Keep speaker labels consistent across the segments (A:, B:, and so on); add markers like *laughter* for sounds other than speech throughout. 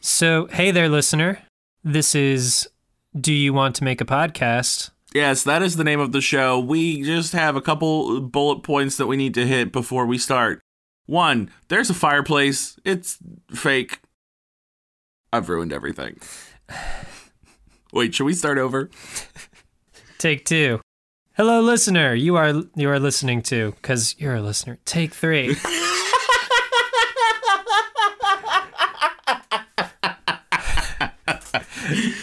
A: So, hey there, listener. This is Do You Want to Make a Podcast?
B: Yes, that is the name of the show. We just have a couple bullet points that we need to hit before we start. One, there's a fireplace. It's fake. I've ruined everything. *sighs* Wait, should we start over?
A: Take two. Hello, listener. You are you are listening to because you're a listener. Take three.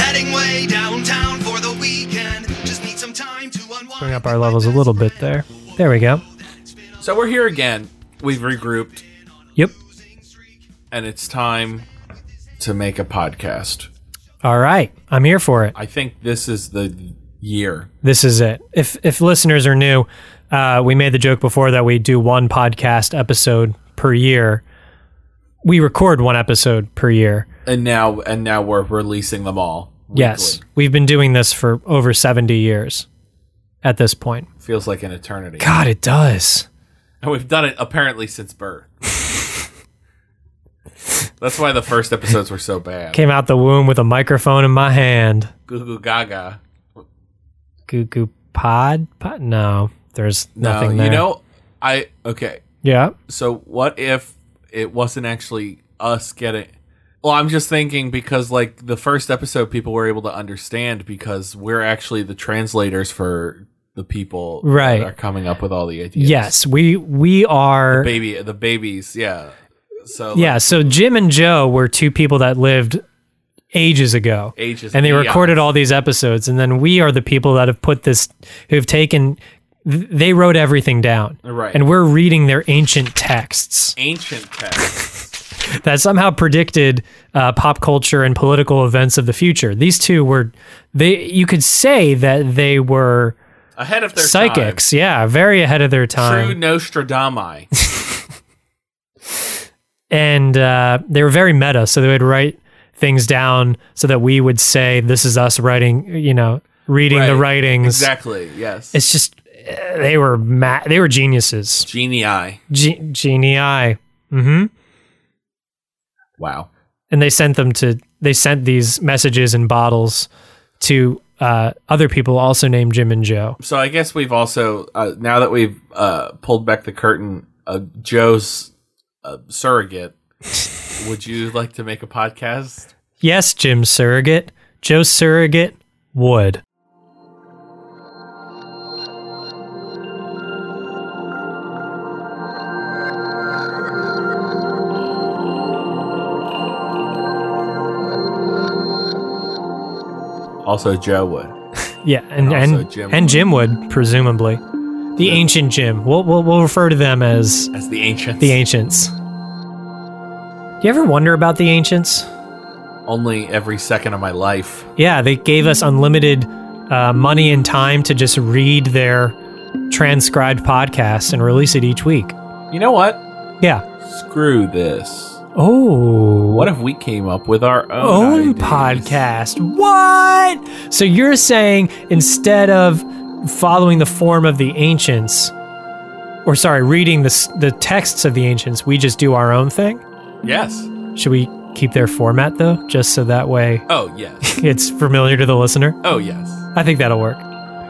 C: Heading way downtown for the weekend. Just need some time to unwind.
A: Bring up our levels a little bit there. There we go.
B: So we're here again. We've regrouped,
A: Yep.
B: and it's time to make a podcast.
A: All right. I'm here for it.
B: I think this is the year.
A: this is it. If if listeners are new, uh, we made the joke before that we do one podcast episode per year. We record one episode per year.
D: and now and now we're releasing them all. weekly.
A: Yes, we've been doing this for over seventy years at this point.
D: feels like an eternity.
A: God, it does.
D: And we've done it apparently since birth. That's why the first episodes were so bad.
A: Came out the womb with a microphone in my hand.
D: Goo Goo Gaga.
A: Goo goo pod pod. No, there's
D: No,
A: nothing there.
D: you know, I okay.
A: Yeah.
D: So what if it wasn't actually us getting? Well, I'm just thinking because like the first episode, people were able to understand because we're actually the translators for the people
A: Right.
D: that are coming up with all the ideas.
A: Yes, we we are.
D: baby the babies yeah so like,
A: Yeah. So Jim and Joe were two people that lived ages ago.
D: ages
A: and they
D: beyond.
A: recorded all these episodes and then we are the people that have put this who've taken th- they wrote everything down
D: Right.
A: and we're reading their ancient texts
D: ancient text
A: that somehow predicted uh, pop culture and political events of the future these two were they you could say that they were
D: ahead of their
A: psychics yeah very ahead of their
D: time.
A: time *laughs*
D: true nostradamus
A: and uh, they were very meta so they would write things down so that we would say this is us writing you know reading the
D: Right.
A: writings
D: exactly yes
A: it's just uh, they were ma- they were geniuses
D: genii
A: Ge- genii hmm
D: wow
A: and they sent them to they sent these messages in bottles to uh, other people also named jim and joe
D: so i guess we've also uh, now that we've uh, pulled back the curtain uh, joe's uh, surrogate
A: *laughs*
D: would you like to make a podcast
A: yes jim surrogate joe surrogate would
D: also joe would
A: yeah and
D: And also
A: and,
D: Jim
A: and
D: would.
A: jim would presumably the ancient jim we'll, we'll, we'll refer to them as
D: as the ancients
A: the ancients you ever wonder about the ancients
D: only every second of my life
A: Yeah, they gave us unlimited uh, money and time to just read their transcribed podcasts and release it each week.
D: you know what
A: Yeah.
D: screw this
A: Oh,
D: What if we came up with our
A: own
D: own, ideas?
A: podcast? What? So you're saying instead of following the form of the ancients, or sorry, reading the s- the texts of the ancients, we just do our own thing?
D: Yes.
A: Should we keep their format though, just so that way
D: Oh
A: *laughs*
D: yes.
A: it's familiar to the listener?
D: Oh yes.
A: I think that'll work.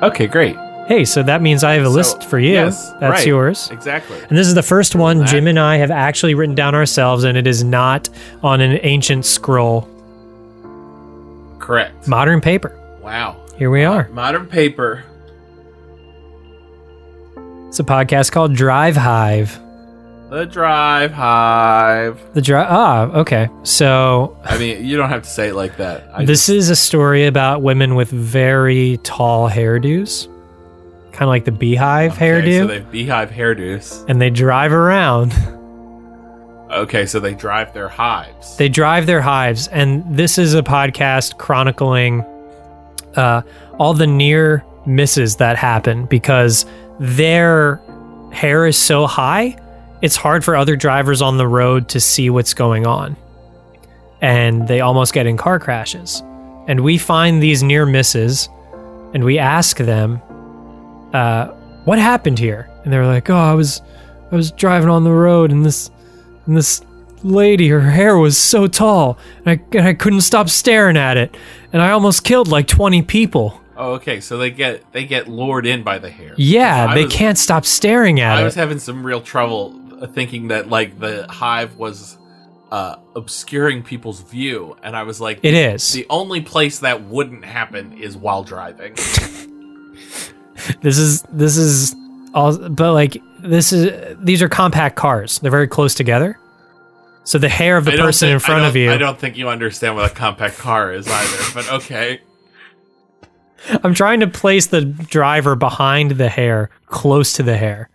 D: Okay, great.
A: Hey, so that means I have a list
D: So,
A: for you.
D: yes,
A: That's
D: right,
A: yours.
D: Exactly.
A: And this is the first one Jim and I have actually written down ourselves, and it is not on an ancient scroll.
D: Correct.
A: Modern paper.
D: Wow.
A: Here we are.
D: Modern paper.
A: It's a podcast called Drive Hive.
D: The Drive Hive.
A: The drive. Ah, okay. So
D: I mean, you don't have to say it like that. I
A: this is a story about women with very tall hairdos, kind of like the beehive
D: Okay,
A: hairdo,
D: so they have beehive hairdos.
A: and they drive around.
D: Okay, so they drive their hives.
A: They drive their hives, and this is a podcast chronicling uh, all the near misses that happen because their hair is so high, it's hard for other drivers on the road to see what's going on. And they almost get in car crashes. And we find these near misses and we ask them, uh, what happened here? And they're like, oh, I was, I was driving on the road and this, and this lady, her hair was so tall and I, and I couldn't stop staring at it. And I almost killed like 20 people.
D: oh, okay, so they get they get lured in by the hair.
A: Yeah,
D: I
A: they
D: was-
A: can't stop staring at
D: I
A: it.
D: was having some real trouble thinking that like the hive was uh, obscuring people's view, and I was like,
A: it is.
D: the only place that wouldn't happen is while driving.
A: this is this is all but like this is these are compact cars. They're very close together. So the hair of *laughs* the
D: I don't
A: person
D: thi-
A: in
D: I
A: front
D: don't-
A: of you.
D: I don't think you understand what a compact car is either, but okay.
A: I'm trying to place the driver behind the hair, close to the hair.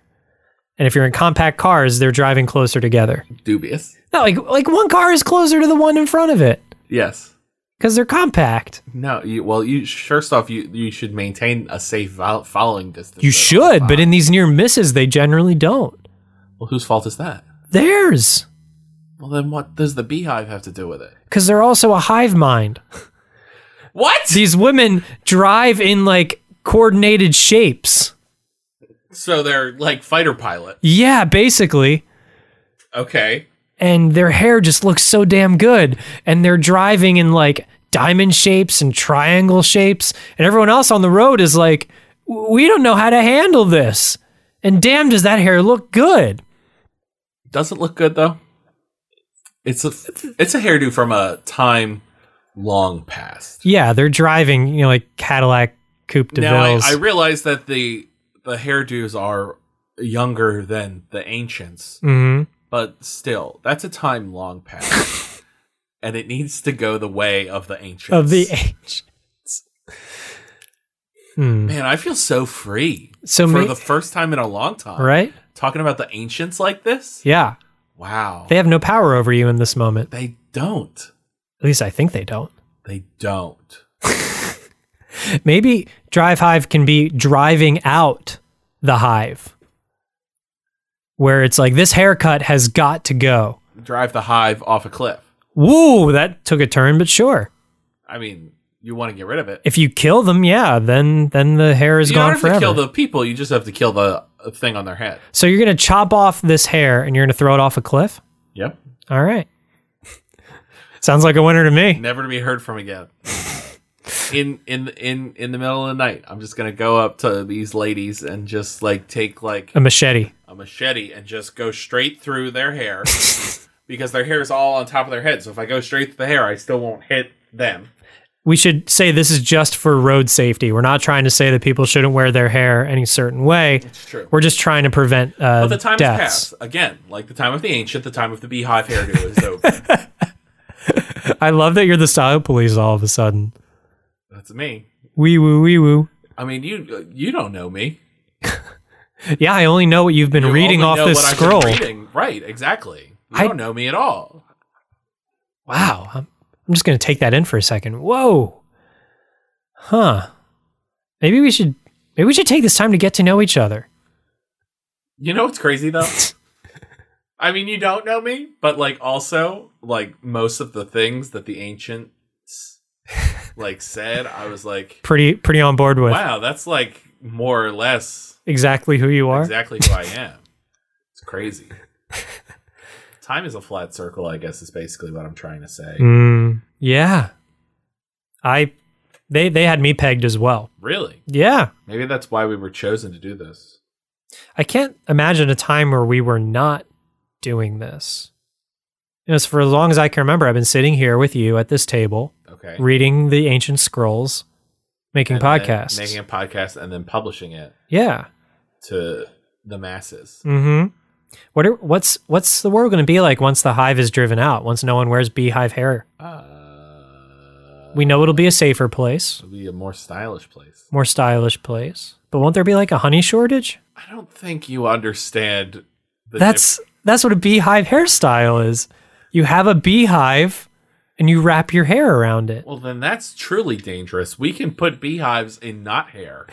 A: And if you're in compact cars, they're driving closer together.
D: Dubious.
A: No, like like one car is closer to the one in front of it
D: Yes.
A: because they're compact.
D: No. You, well, you first off, you you should maintain a safe vol- following distance.
A: You
D: at all
A: should, but
D: times.
A: in these near misses, they generally don't.
D: well, whose fault is that?
A: Theirs.
D: Well, then what does the beehive have to do with it?
A: because they're also a hive mind.
D: What?
A: These women drive in like coordinated shapes.
D: So they're like fighter pilot.
A: Yeah, basically.
D: Okay.
A: And their hair just looks so damn good. And they're driving in like diamond shapes and triangle shapes. And everyone else on the road is like, we don't know how to handle this. And damn, does that hair look good.
D: Doesn't look good though. It's a it's a hairdo from a time long past.
A: Yeah, they're driving, you know, like Cadillac Coupe de
D: Now I,
A: Villes.
D: I realize that the the hairdos are younger than the ancients,
A: Mhm.
D: but still, that's a time long past.
A: *laughs*
D: and it needs to go the way of the ancients.
A: Of the ancients. Hmm.
D: Man, I feel so free.
A: So
D: for
A: ma-
D: the first time in a long time.
A: Right?
D: Talking about the ancients like this?
A: Yeah.
D: Wow.
A: They have no power over you in this moment.
D: they don't.
A: At least I think they don't.
D: They don't.
A: Maybe Drive Hive can be driving out the hive, where it's like, this haircut has got to go.
D: Drive the hive off a cliff.
A: Woo, that took a turn, but sure.
D: I mean, you want to get rid of it.
A: If you kill them, yeah, then then the hair is
D: you
A: gone
D: don't have
A: forever.
D: to kill the people, you just have to kill the uh, thing on their head.
A: so you're gonna chop off this hair and you're gonna throw it off a cliff?
D: Yep.
A: All right. *laughs* Sounds like a winner to me.
D: Never to be heard
A: *laughs*
D: from again. In in in in the middle of the night, I'm just gonna go up to these ladies and just like take like
A: A machete.
D: a machete and just go straight through
A: *laughs*
D: their hair because their hair is all on top of their head. So if I go straight to the hair, I still won't hit them.
A: we should say this is just for road safety. We're not trying to say that people shouldn't wear their hair any certain way. It's
D: true.
A: We're just trying to prevent uh,
D: But the time
A: deaths.
D: has passed again, like the time of the ancient. The time of the beehive hairdo is
A: *laughs*
D: over.
A: I love that you're the style police all of a sudden.
D: That's me.
A: Wee woo wee woo.
D: I mean, you you don't know me.
A: Yeah, I only know what you've been
D: You
A: reading
D: only
A: off
D: know
A: this
D: what I've been
A: scroll.
D: reading. Right, exactly. You
A: I-
D: don't know me at all.
A: Wow. I'm, I'm just going to take that in for a second. Whoa. Huh. Maybe we should maybe we should take this time to get to know each other.
D: You know what's
A: *laughs*
D: crazy though? I mean, you don't know me, but like also like most of the things that the ancients like said, I was like,
A: Pretty pretty on board with
D: wow, that's like more or less
A: exactly who you are.
D: exactly who I am. It's
A: *laughs*
D: crazy. Time is a flat Mm. circle, I guess, is basically what I'm trying to say.
A: Mm, yeah. I They they had me pegged as well.
D: Really?
A: Yeah.
D: Maybe that's why we were chosen to do this.
A: I can't imagine a time where we were not doing this. You know, so for as long as I can remember, I've been sitting here with you at this table,
D: Okay.
A: reading the ancient scrolls, making
D: And then
A: podcasts.
D: Making a podcast and then publishing it
A: yeah.
D: to the masses.
A: Mm-hmm. What are, what's what's the world going to be like once the hive is driven out? Once no one wears beehive hair,
D: Uh,
A: Mm. we know it'll be a safer place,
D: it'll be a more stylish place.
A: more stylish place. But won't there be like a honey shortage?
D: I don't think you understand. The
A: That's that's what a beehive hairstyle is. You have a beehive, and you wrap your hair around it.
D: diff- well, then that's truly dangerous. We can put beehives in
A: *laughs*
D: not hair.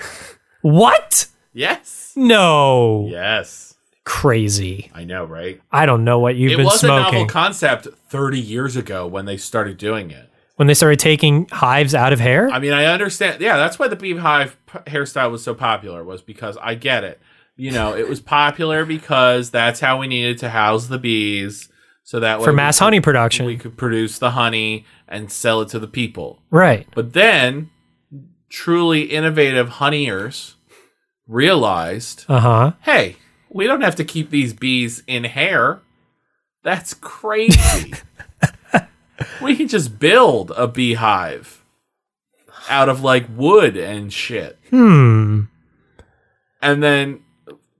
A: What?
D: yes.
A: No.
D: Yes.
A: Crazy.
D: I know, right?
A: I don't know what you've
D: it
A: been
D: was a
A: smoking.
D: novel concept 30 years ago when they started doing it.
A: when they started taking hives out of hair?
D: I mean, I understand. Yeah, that's why the beehive p- hairstyle was so popular was because I get it. You know, it was popular because that's how we needed to house the bees, so that way
A: for
D: we
A: mass
D: could-
A: honey production.
D: we could produce the honey and sell it to the people.
A: right.
D: But then, truly innovative honeyers realized,
A: Uh-huh.
D: hey, we don't have to keep these bees in hair. That's crazy. we can just build a beehive out of like wood and shit.
A: Hmm.
D: And then,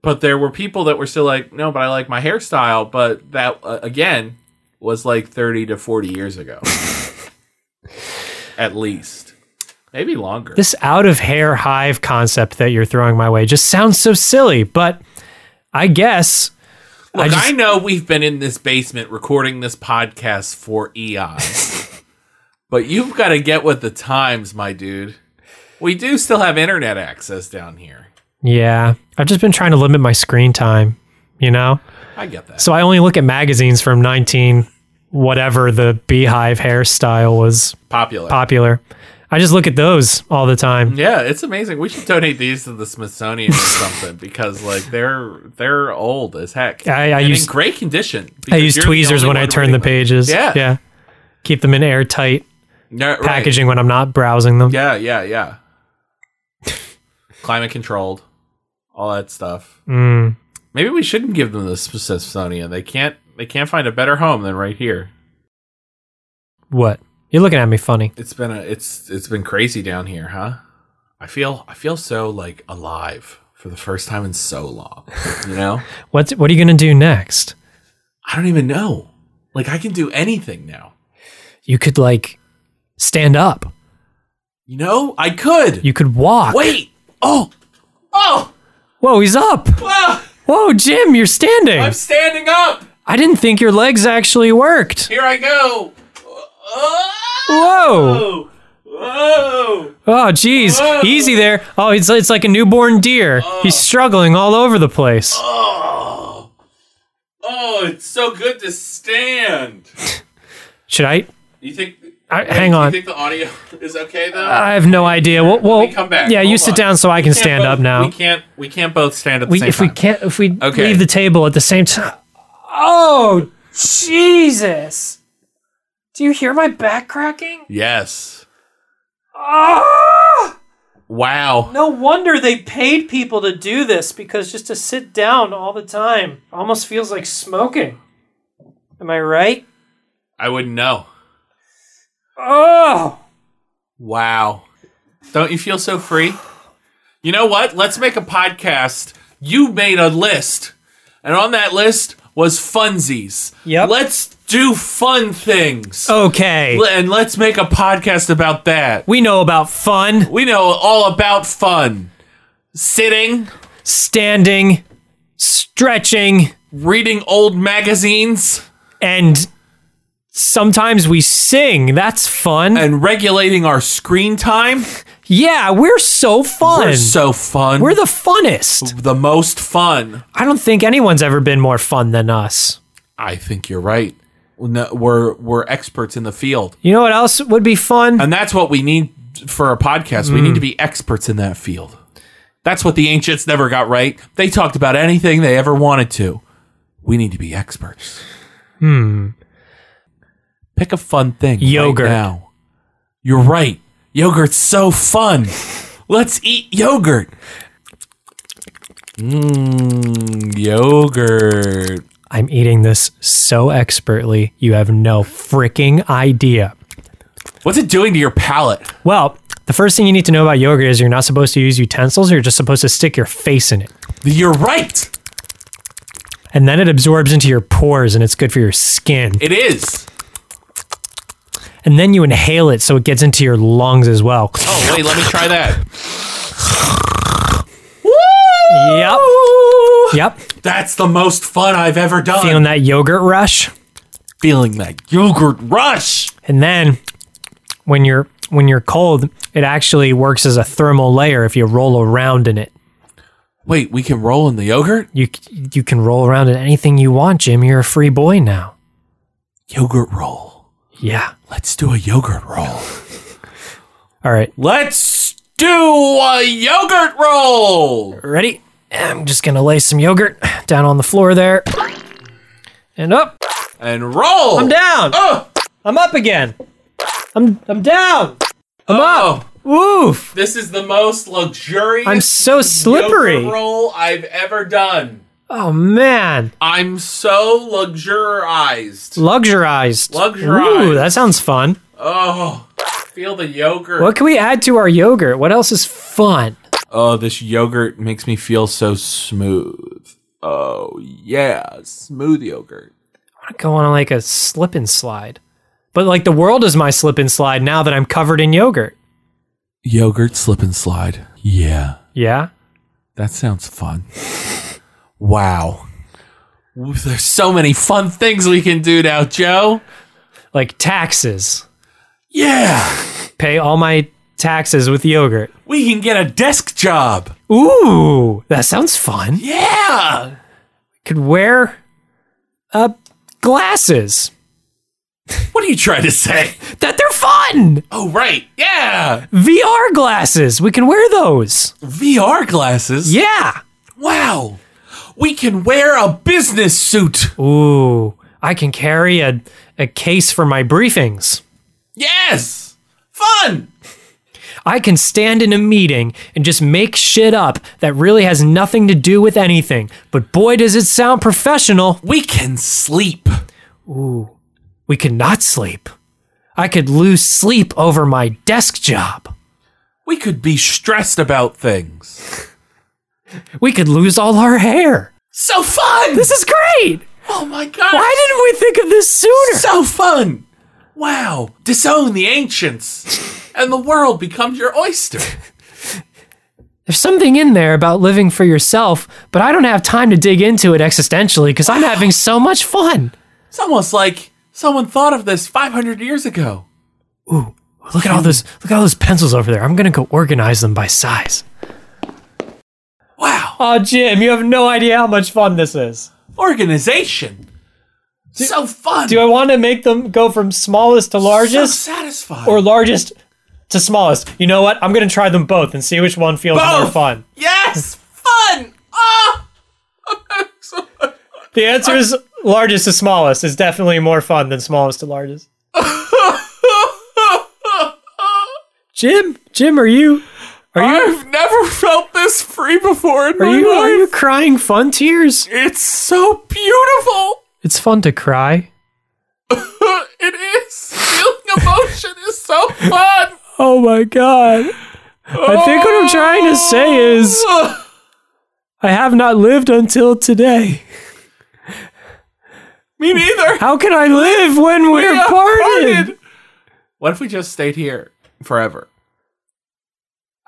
D: but there were people that were still like, no, but I like my hairstyle. But that, uh, again, was like 30 to 40 years ago, at least. Maybe longer.
A: This out of hair hive concept that you're throwing my way just sounds so silly, but I guess
D: Look, I,
A: I just-
D: know we've been in this basement recording this podcast for eons,
A: *laughs*
D: but you've got to get with the times, my dude. We do still have internet access down here.
A: yeah, I've just been trying to limit my screen time, you know?
D: I get that.
A: So I only look at magazines from 19 whatever the beehive hairstyle was
D: Popular.
A: popular. I just look at those all the time.
D: yeah, it's amazing. We should donate these to the Smithsonian
A: *laughs*
D: or something because like they're they're old as heck.
A: I- I
D: And
A: use-
D: in great condition.
A: I
D: because
A: use
D: you're the
A: tweezers
D: only
A: when I
D: one
A: turn the
D: reading
A: pages.
D: Yeah.
A: Yeah. Keep them in airtight
D: them. Yeah, right.
A: packaging when I'm not browsing them.
D: Yeah,
A: *laughs*
D: yeah, yeah. Climate controlled, all that stuff.
A: Mm.
D: Maybe we shouldn't give them the Smithsonian. They can't. They can't find a better home than right here.
A: What? You're looking at me funny.
D: It's been a. It's it's been crazy down here, huh? I feel I feel so like alive for the first time in so long. You *laughs* know,
A: What what are you going to do next?
D: I don't even know. Like I can do anything now.
A: You could like stand up.
D: You know, I could. *laughs*
A: You could walk.
D: Wait. Oh. Oh.
A: Whoa, he's up.
D: Ah,
A: Whoa, Jim, you're standing.
D: I'm standing up.
A: I didn't think your legs actually worked.
D: Here I go. Oh.
A: Whoa.
D: Whoa. Whoa.
A: Oh, geez.
D: *laughs* Whoa.
A: Easy there. Oh, it's, it's like a newborn deer. He's struggling all over the place.
D: Oh. Oh, it's so good to stand.
A: Should I?
D: You think?
A: I-
D: Wait,
A: hang
D: do
A: on.
D: You think the audio *laughs* is okay though?
A: I have no idea. Well, well
D: Let me come back.
A: yeah, you
D: Hold
A: sit
D: on.
A: down so I
D: We
A: can
D: can't
A: stand
D: both-
A: up now.
D: We can't. We can't both stand at the
A: we,
D: same
A: if
D: time.
A: we can't if we
D: Okay.
A: leave the table at the same time oh jesus do you hear my back cracking
D: Yes.
A: oh
D: Wow.
A: no wonder they paid people to do this because just to sit down all the time almost feels like smoking am i right
D: I wouldn't know.
A: oh
D: Wow. Don't you feel so free? You know what? Let's make a podcast. You made a list, and on that list was funsies.
A: Yep.
D: Let's do fun things.
A: Oh. okay
D: Le- And let's make a podcast about that.
A: we know about fun
D: We know all about fun. Sitting,
A: standing stretching
D: reading old magazines,
A: and sometimes we sing that's fun
D: and regulating our screen time.
A: Yeah, we're so fun.
D: We're so fun.
A: We're the funnest.
D: the most fun.
A: I don't think anyone's ever been more fun than us.
D: I think you're right. No, We're we're experts in the field,
A: You know what else would be fun?
D: and that's what we need for a podcast. We need to be experts in that field. That's what the ancients never got right. They talked about anything they ever wanted to. We need to be experts. Hmm. Pick a fun thing. right
A: Yogurt.
D: now. You're right. Yogurt's so fun. Let's eat yogurt. Mmm, yogurt.
A: I'm eating this so expertly, you have no freaking idea.
D: What's it doing to your palate?
A: Well, the first thing you need to know about yogurt is you're not supposed to use utensils, you're just supposed to stick your face in it.
D: You're right.
A: And then it absorbs into your pores and it's good for your skin.
D: It is.
A: And then you inhale it so it gets into your lungs as well.
D: Oh, wait, let me try that.
A: Yep. Yep.
D: That's the most fun I've ever done.
A: Feeling that yogurt rush.
D: feeling that yogurt rush.
A: And then when you're when you're cold, it actually works as a thermal layer if you roll around in it.
D: Wait, we can roll in the yogurt?
A: You c- you can roll around in anything you want, Jim. You're a free boy now.
D: Yogurt roll.
A: Yeah.
D: Let's do a yogurt roll.
A: All right.
D: Let's do a yogurt roll.
A: Ready? I'm just going to lay some yogurt down on the floor there. And up.
D: And roll.
A: I'm down.
D: Oh,
A: I'm up again. I'm I'm down.
D: I'm up.
A: Oof.
D: oh, This is the most luxurious
A: I'm so slippery.
D: yogurt roll I've ever done.
A: Oh man.
D: I'm so luxurized.
A: Luxurized.
D: Luxurized.
A: Ooh, that sounds fun.
D: Oh, feel the yogurt.
A: What can we add to our yogurt? What else is fun?
D: Oh, this yogurt makes me feel so smooth. Oh, yeah, smooth yogurt.
A: I go on like a slip and slide. But like the world is my slip and slide now that I'm covered in yogurt.
D: Yogurt slip and slide. Yeah,
A: Yeah.
D: that sounds fun. wow. There's so many fun things we can do now, Joe.
A: Like taxes.
D: Yeah,
A: Pay all my taxes with yogurt.
D: we can get a desk job.
A: Ooh, that sounds fun.
D: Yeah.
A: Could wear uh glasses.
D: What are you trying to say?
A: That they're fun.
D: Oh, right. Yeah.
A: VR glasses. We can wear those.
D: VR glasses.
A: Yeah.
D: Wow. We can wear a business suit.
A: Ooh, I can carry a a case for my briefings.
D: Yes. Fun.
A: I can stand in a meeting and just make shit up that really has nothing to do with anything. But boy, does it sound professional.
D: We can sleep.
A: We could not sleep. I could lose sleep over my desk job.
D: We could be stressed about things.
A: We could lose all our hair.
D: So fun!
A: This is great.
D: oh my god!
A: Why didn't we think of this sooner?
D: so fun? Wow! Disown the ancients, and the world becomes your oyster.
A: There's something in there about living for yourself, but I don't have time to dig into it existentially because I'm having so much fun.
D: It's almost like someone thought of this 500 years ago.
A: Look at all those look at all those pencils over there. I'm gonna go organize them by size.
D: Wow!
A: Oh, Jim, you have no idea how much fun this is.
D: Organization. so fun.
A: Do I want to make them go from smallest to largest
D: So satisfying.
A: or largest to smallest? You know what? I'm going to try them both and see which one feels more
D: Both!
A: fun.
D: yes, fun. Ah.
A: The answer is largest to smallest is definitely more fun than smallest to largest.
D: Ah! *laughs*
A: Jim, Jim, are you are you
D: I've never felt this free before in
A: are
D: my
A: you
D: life.
A: are you crying fun tears?
D: It's so beautiful. *laughs*
A: It's fun to cry.
D: it is. Feeling emotion is so fun.
A: Oh my god. I think what I'm trying to say is I have not lived until today.
D: *laughs* Me neither.
A: How can I live when we're
D: Yeah,
A: parted?
D: parted. What if we just stayed here forever?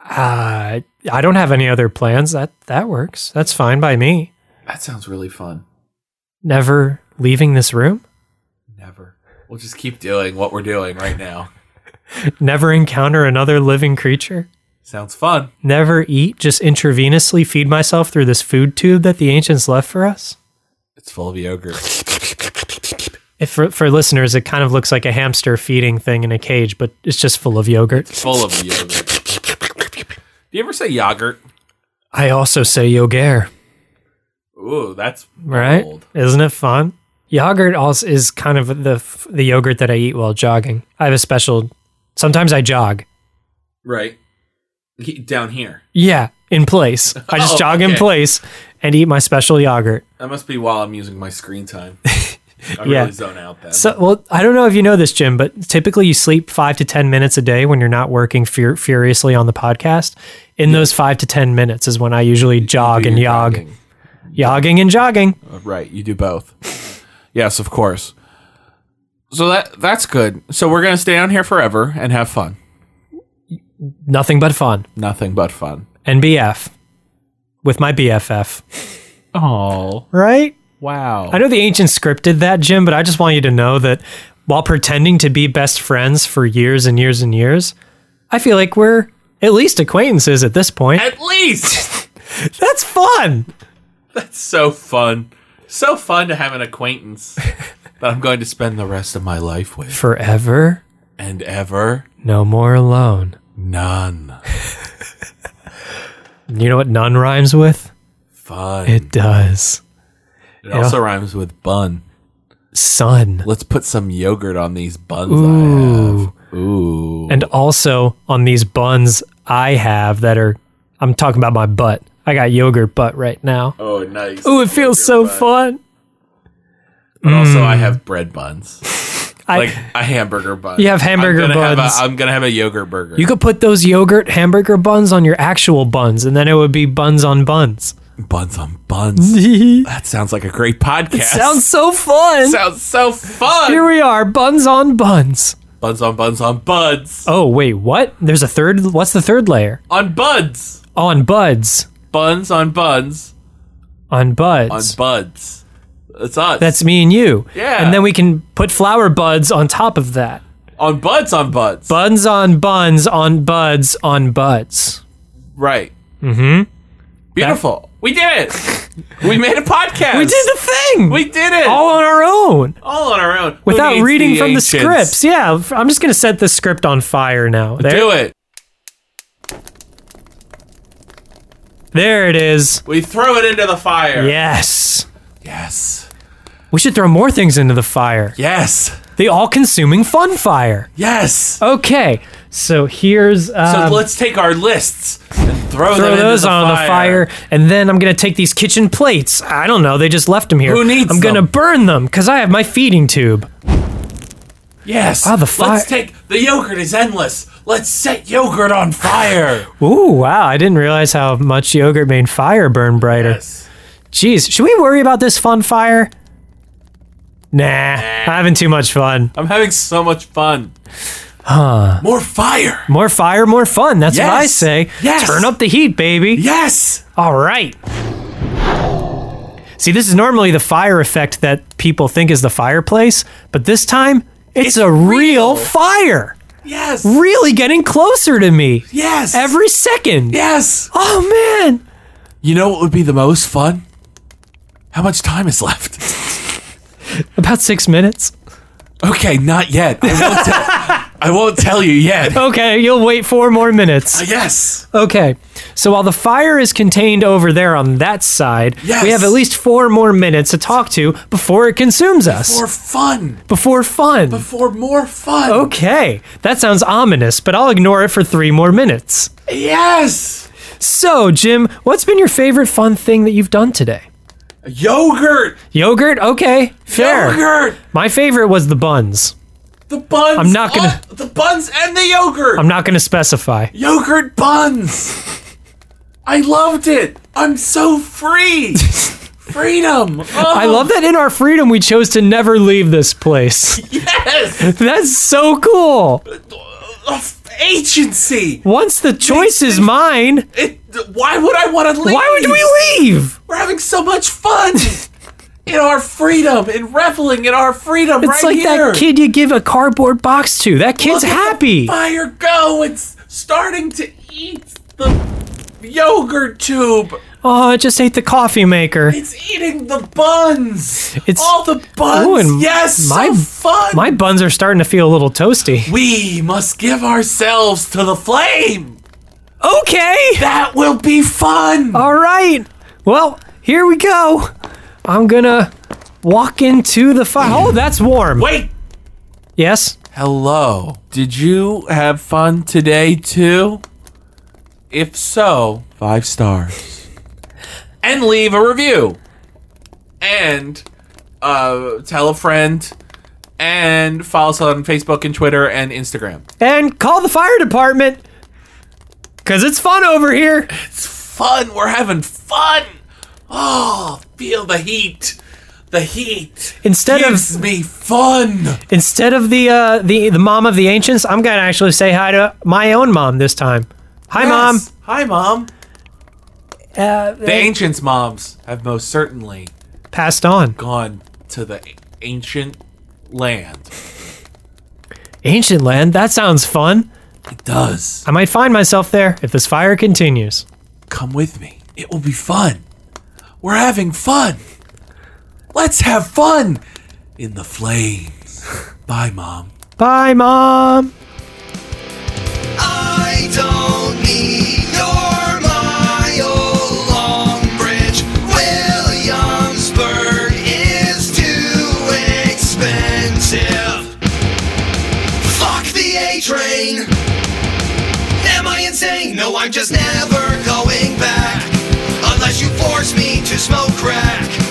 A: Uh, I don't have any other plans. That that works. That's fine by me.
D: That sounds really fun.
A: Never leaving this room.
D: Never. We'll just keep doing what we're doing right now.
A: Never encounter another living creature.
D: Sounds fun.
A: Never eat. Just intravenously feed myself through this food tube that the ancients left for us.
D: It's full of yogurt.
A: If for, for listeners, it kind of looks like a hamster feeding thing in a cage, but it's just full of yogurt.
D: Full of yogurt. Do you ever say yogurt?
A: I also say yogare.
D: Ooh, that's
A: Right?
D: bold.
A: Isn't it fun? Yogurt also is kind of the the yogurt that I eat while jogging. I have a special. Sometimes I jog,
D: Right. He, down here.
A: Yeah, in
D: *laughs*
A: place. I just
D: Oh,
A: jog in
D: okay.
A: place and eat my special yogurt.
D: That must be while I'm using my
A: *laughs*
D: screen time. I
A: Yeah.
D: really zone out then.
A: So, well, I don't know if you know this, Jim, but typically you sleep five to 10 minutes a day when you're not working fur- furiously on the podcast. In those five to 10 minutes is when I usually jog
D: Do
A: and
D: your
A: yog,
D: jogging.
A: yogging and jogging.
D: Uh, Right, you do both. *laughs* yes, of course. So that that's good. So we're gonna stay down here forever and have fun.
A: Nothing but fun.
D: Nothing but fun.
A: And BF with my BFF,
D: Oh
A: right?
D: wow!
A: I know the ancient script did that, Jim, but I just want you to know that while pretending to be best friends for years and years and years, I feel like we're at least acquaintances at this point.
D: At least
A: That's fun.
D: that's so fun. So fun to have
A: *laughs*
D: an acquaintance that I'm going to spend the rest of my life with,
A: Forever,
D: and ever
A: no more alone.
D: none
A: You know what none rhymes with?
D: fun. It,
A: It does.
D: also rhymes with bun.
A: Sun.
D: Let's put some yogurt on these buns.
A: Ooh.
D: I have. Ooh.
A: And also on these buns I have that are, I'm talking about my butt. I got yogurt butt right now.
D: oh, nice.
A: Ooh, it feels so fun.
D: But also,
A: Mm.
D: I have bread buns.
A: I,
D: like a hamburger bun.
A: You have hamburger
D: I'm gonna have a-
A: buns.
D: I'm gonna have a yogurt burger.
A: You could put those yogurt hamburger buns on your actual buns, and then it would be buns on
D: *laughs*
A: buns.
D: buns on
A: *laughs*
D: buns.
A: Sounds
D: that sounds like a great podcast.
A: so fun.
D: *laughs* sounds so fun.
A: Here we are, buns on buns.
D: buns on buns on buds
A: Oh wait, what? There's a third. What's the third layer?
D: on buds
A: On buds,
D: buns on buns
A: on buds.
D: on buds. That's us.
A: That's me and you.
D: Yeah.
A: And then we can put flower buds on top of that.
D: on buds on buds.
A: Buns on buns on buds on buds.
D: right. Mm-hmm. Beautiful. we did
A: *laughs*
D: it. we made a podcast.
A: We did the thing.
D: We did it.
A: all on our own
D: All on our own. Who
A: without
D: needs
A: reading
D: the
A: from the
D: ancients?
A: scripts. Yeah, f- I'm just gonna set the script on fire now. There,
D: Do it.
A: there it is.
D: We throw it into the fire.
A: Yes.
D: Yes.
A: We should throw more things into the fire.
D: Yes.
A: The all consuming fun fire.
D: Yes.
A: Okay. So here's
D: So
A: um,
D: let's take our lists and
A: throw
D: throw, them into
A: those
D: the
A: on
D: fire.
A: the fire and then I'm going to take these kitchen plates. I don't know, they just left them here.
D: Who needs
A: I'm going to
D: them?
A: burn them cuz I have my feeding tube.
D: Yes.
A: Oh, the fire-
D: Let's take the yogurt is endless. Let's set yogurt on fire.
A: Ooh, wow. I didn't realize how much yogurt made fire burn brighter.
D: yes.
A: Jeez, should we worry about this fun fire? Nah, I'm having too much fun.
D: I'm having so much fun. Huh. More fire.
A: More fire, more fun. That's what I
D: Yes.
A: say.
D: Yes.
A: Turn up the heat, baby.
D: Yes.
A: All right. See, this is normally the fire effect that people think is the fireplace, but this time it's, a real, fire.
D: Yes.
A: Really getting closer to me
D: Yes.
A: every second.
D: Yes.
A: Oh man.
D: You know what would be the most fun? How much time is left?
A: About 6 minutes.
D: Okay, not yet. I won't tell, I won't tell you
A: *laughs*
D: yet. Uh,
A: Okay, you'll wait 4 more minutes.
D: Yes.
A: Okay. So while the fire is contained over there on that side,
D: Yes.
A: we have at least 4 more minutes to talk to before it consumes us.
D: For fun.
A: Before fun.
D: For more fun.
A: Oh. Okay, that sounds ominous, but I'll ignore it for three more minutes.
D: Yes.
A: So, Jim, what's been your favorite fun thing that you've done today?
D: Yogurt.
A: Yogurt? Okay, fair.
D: Yogurt.
A: My favorite was the buns.
D: The buns.
A: I'm not gonna-
D: uh, the buns and the yogurt.
A: I'm not going to specify.
D: yogurt buns. I loved it. I'm so
A: *laughs*
D: free. Freedom. Oh,
A: I love that in our freedom we chose to never leave this place.
D: *laughs* yes.
A: That's so cool.
D: Of agency.
A: Once the choice is mine,
D: It, why would I want to leave?
A: why would we leave?
D: We're having so
A: *laughs*
D: much fun. In our freedom, in reveling in our freedom,
A: It's
D: right
A: like
D: here.
A: that kid you give a cardboard box to. That kid's
D: Look at the
A: happy.
D: fire go! It's starting to eat the yogurt tube.
A: Oh, I just ate the coffee maker.
D: It's eating the buns.
A: It's-
D: all the buns.
A: Ooh, and
D: yes,
A: my-
D: so fun.
A: My buns are starting to feel a little toasty.
D: we must give ourselves to the flame.
A: Okay.
D: That will be fun.
A: All right. Well, here we go. I'm gonna walk into the fire. Oh, that's warm.
D: Wait,
A: Yes.
D: Hello. Did you have fun today too? If so, five stars. and leave a review. And uh, tell a friend. And follow us on Facebook and Twitter and Instagram.
A: And call the fire department. Cause it's fun over here.
D: It's fun. We're having fun. Oh, feel the heat. The heat
A: Instead of
D: gives me fun.
A: instead of the uh, the the mom of the ancients, I'm gonna actually say hi to my own mom this time. Hi, mom.
D: Yes. Hi, mom.
A: Uh,
D: The ancients' moms have most certainly
A: passed on.
D: gone to the ancient land.
A: Ancient land. That sounds fun.
D: It does.
A: I might find myself there if this fire continues.
D: Come with me. It will be fun. We're having fun. Let's have fun in the flames. Bye, mom.
A: Bye, mom.
C: I don't need your mile-long bridge. Williamsburg is too expensive. Fuck the A train. Am I insane? No, I'm just never going back. Unless you force me to smoke crack.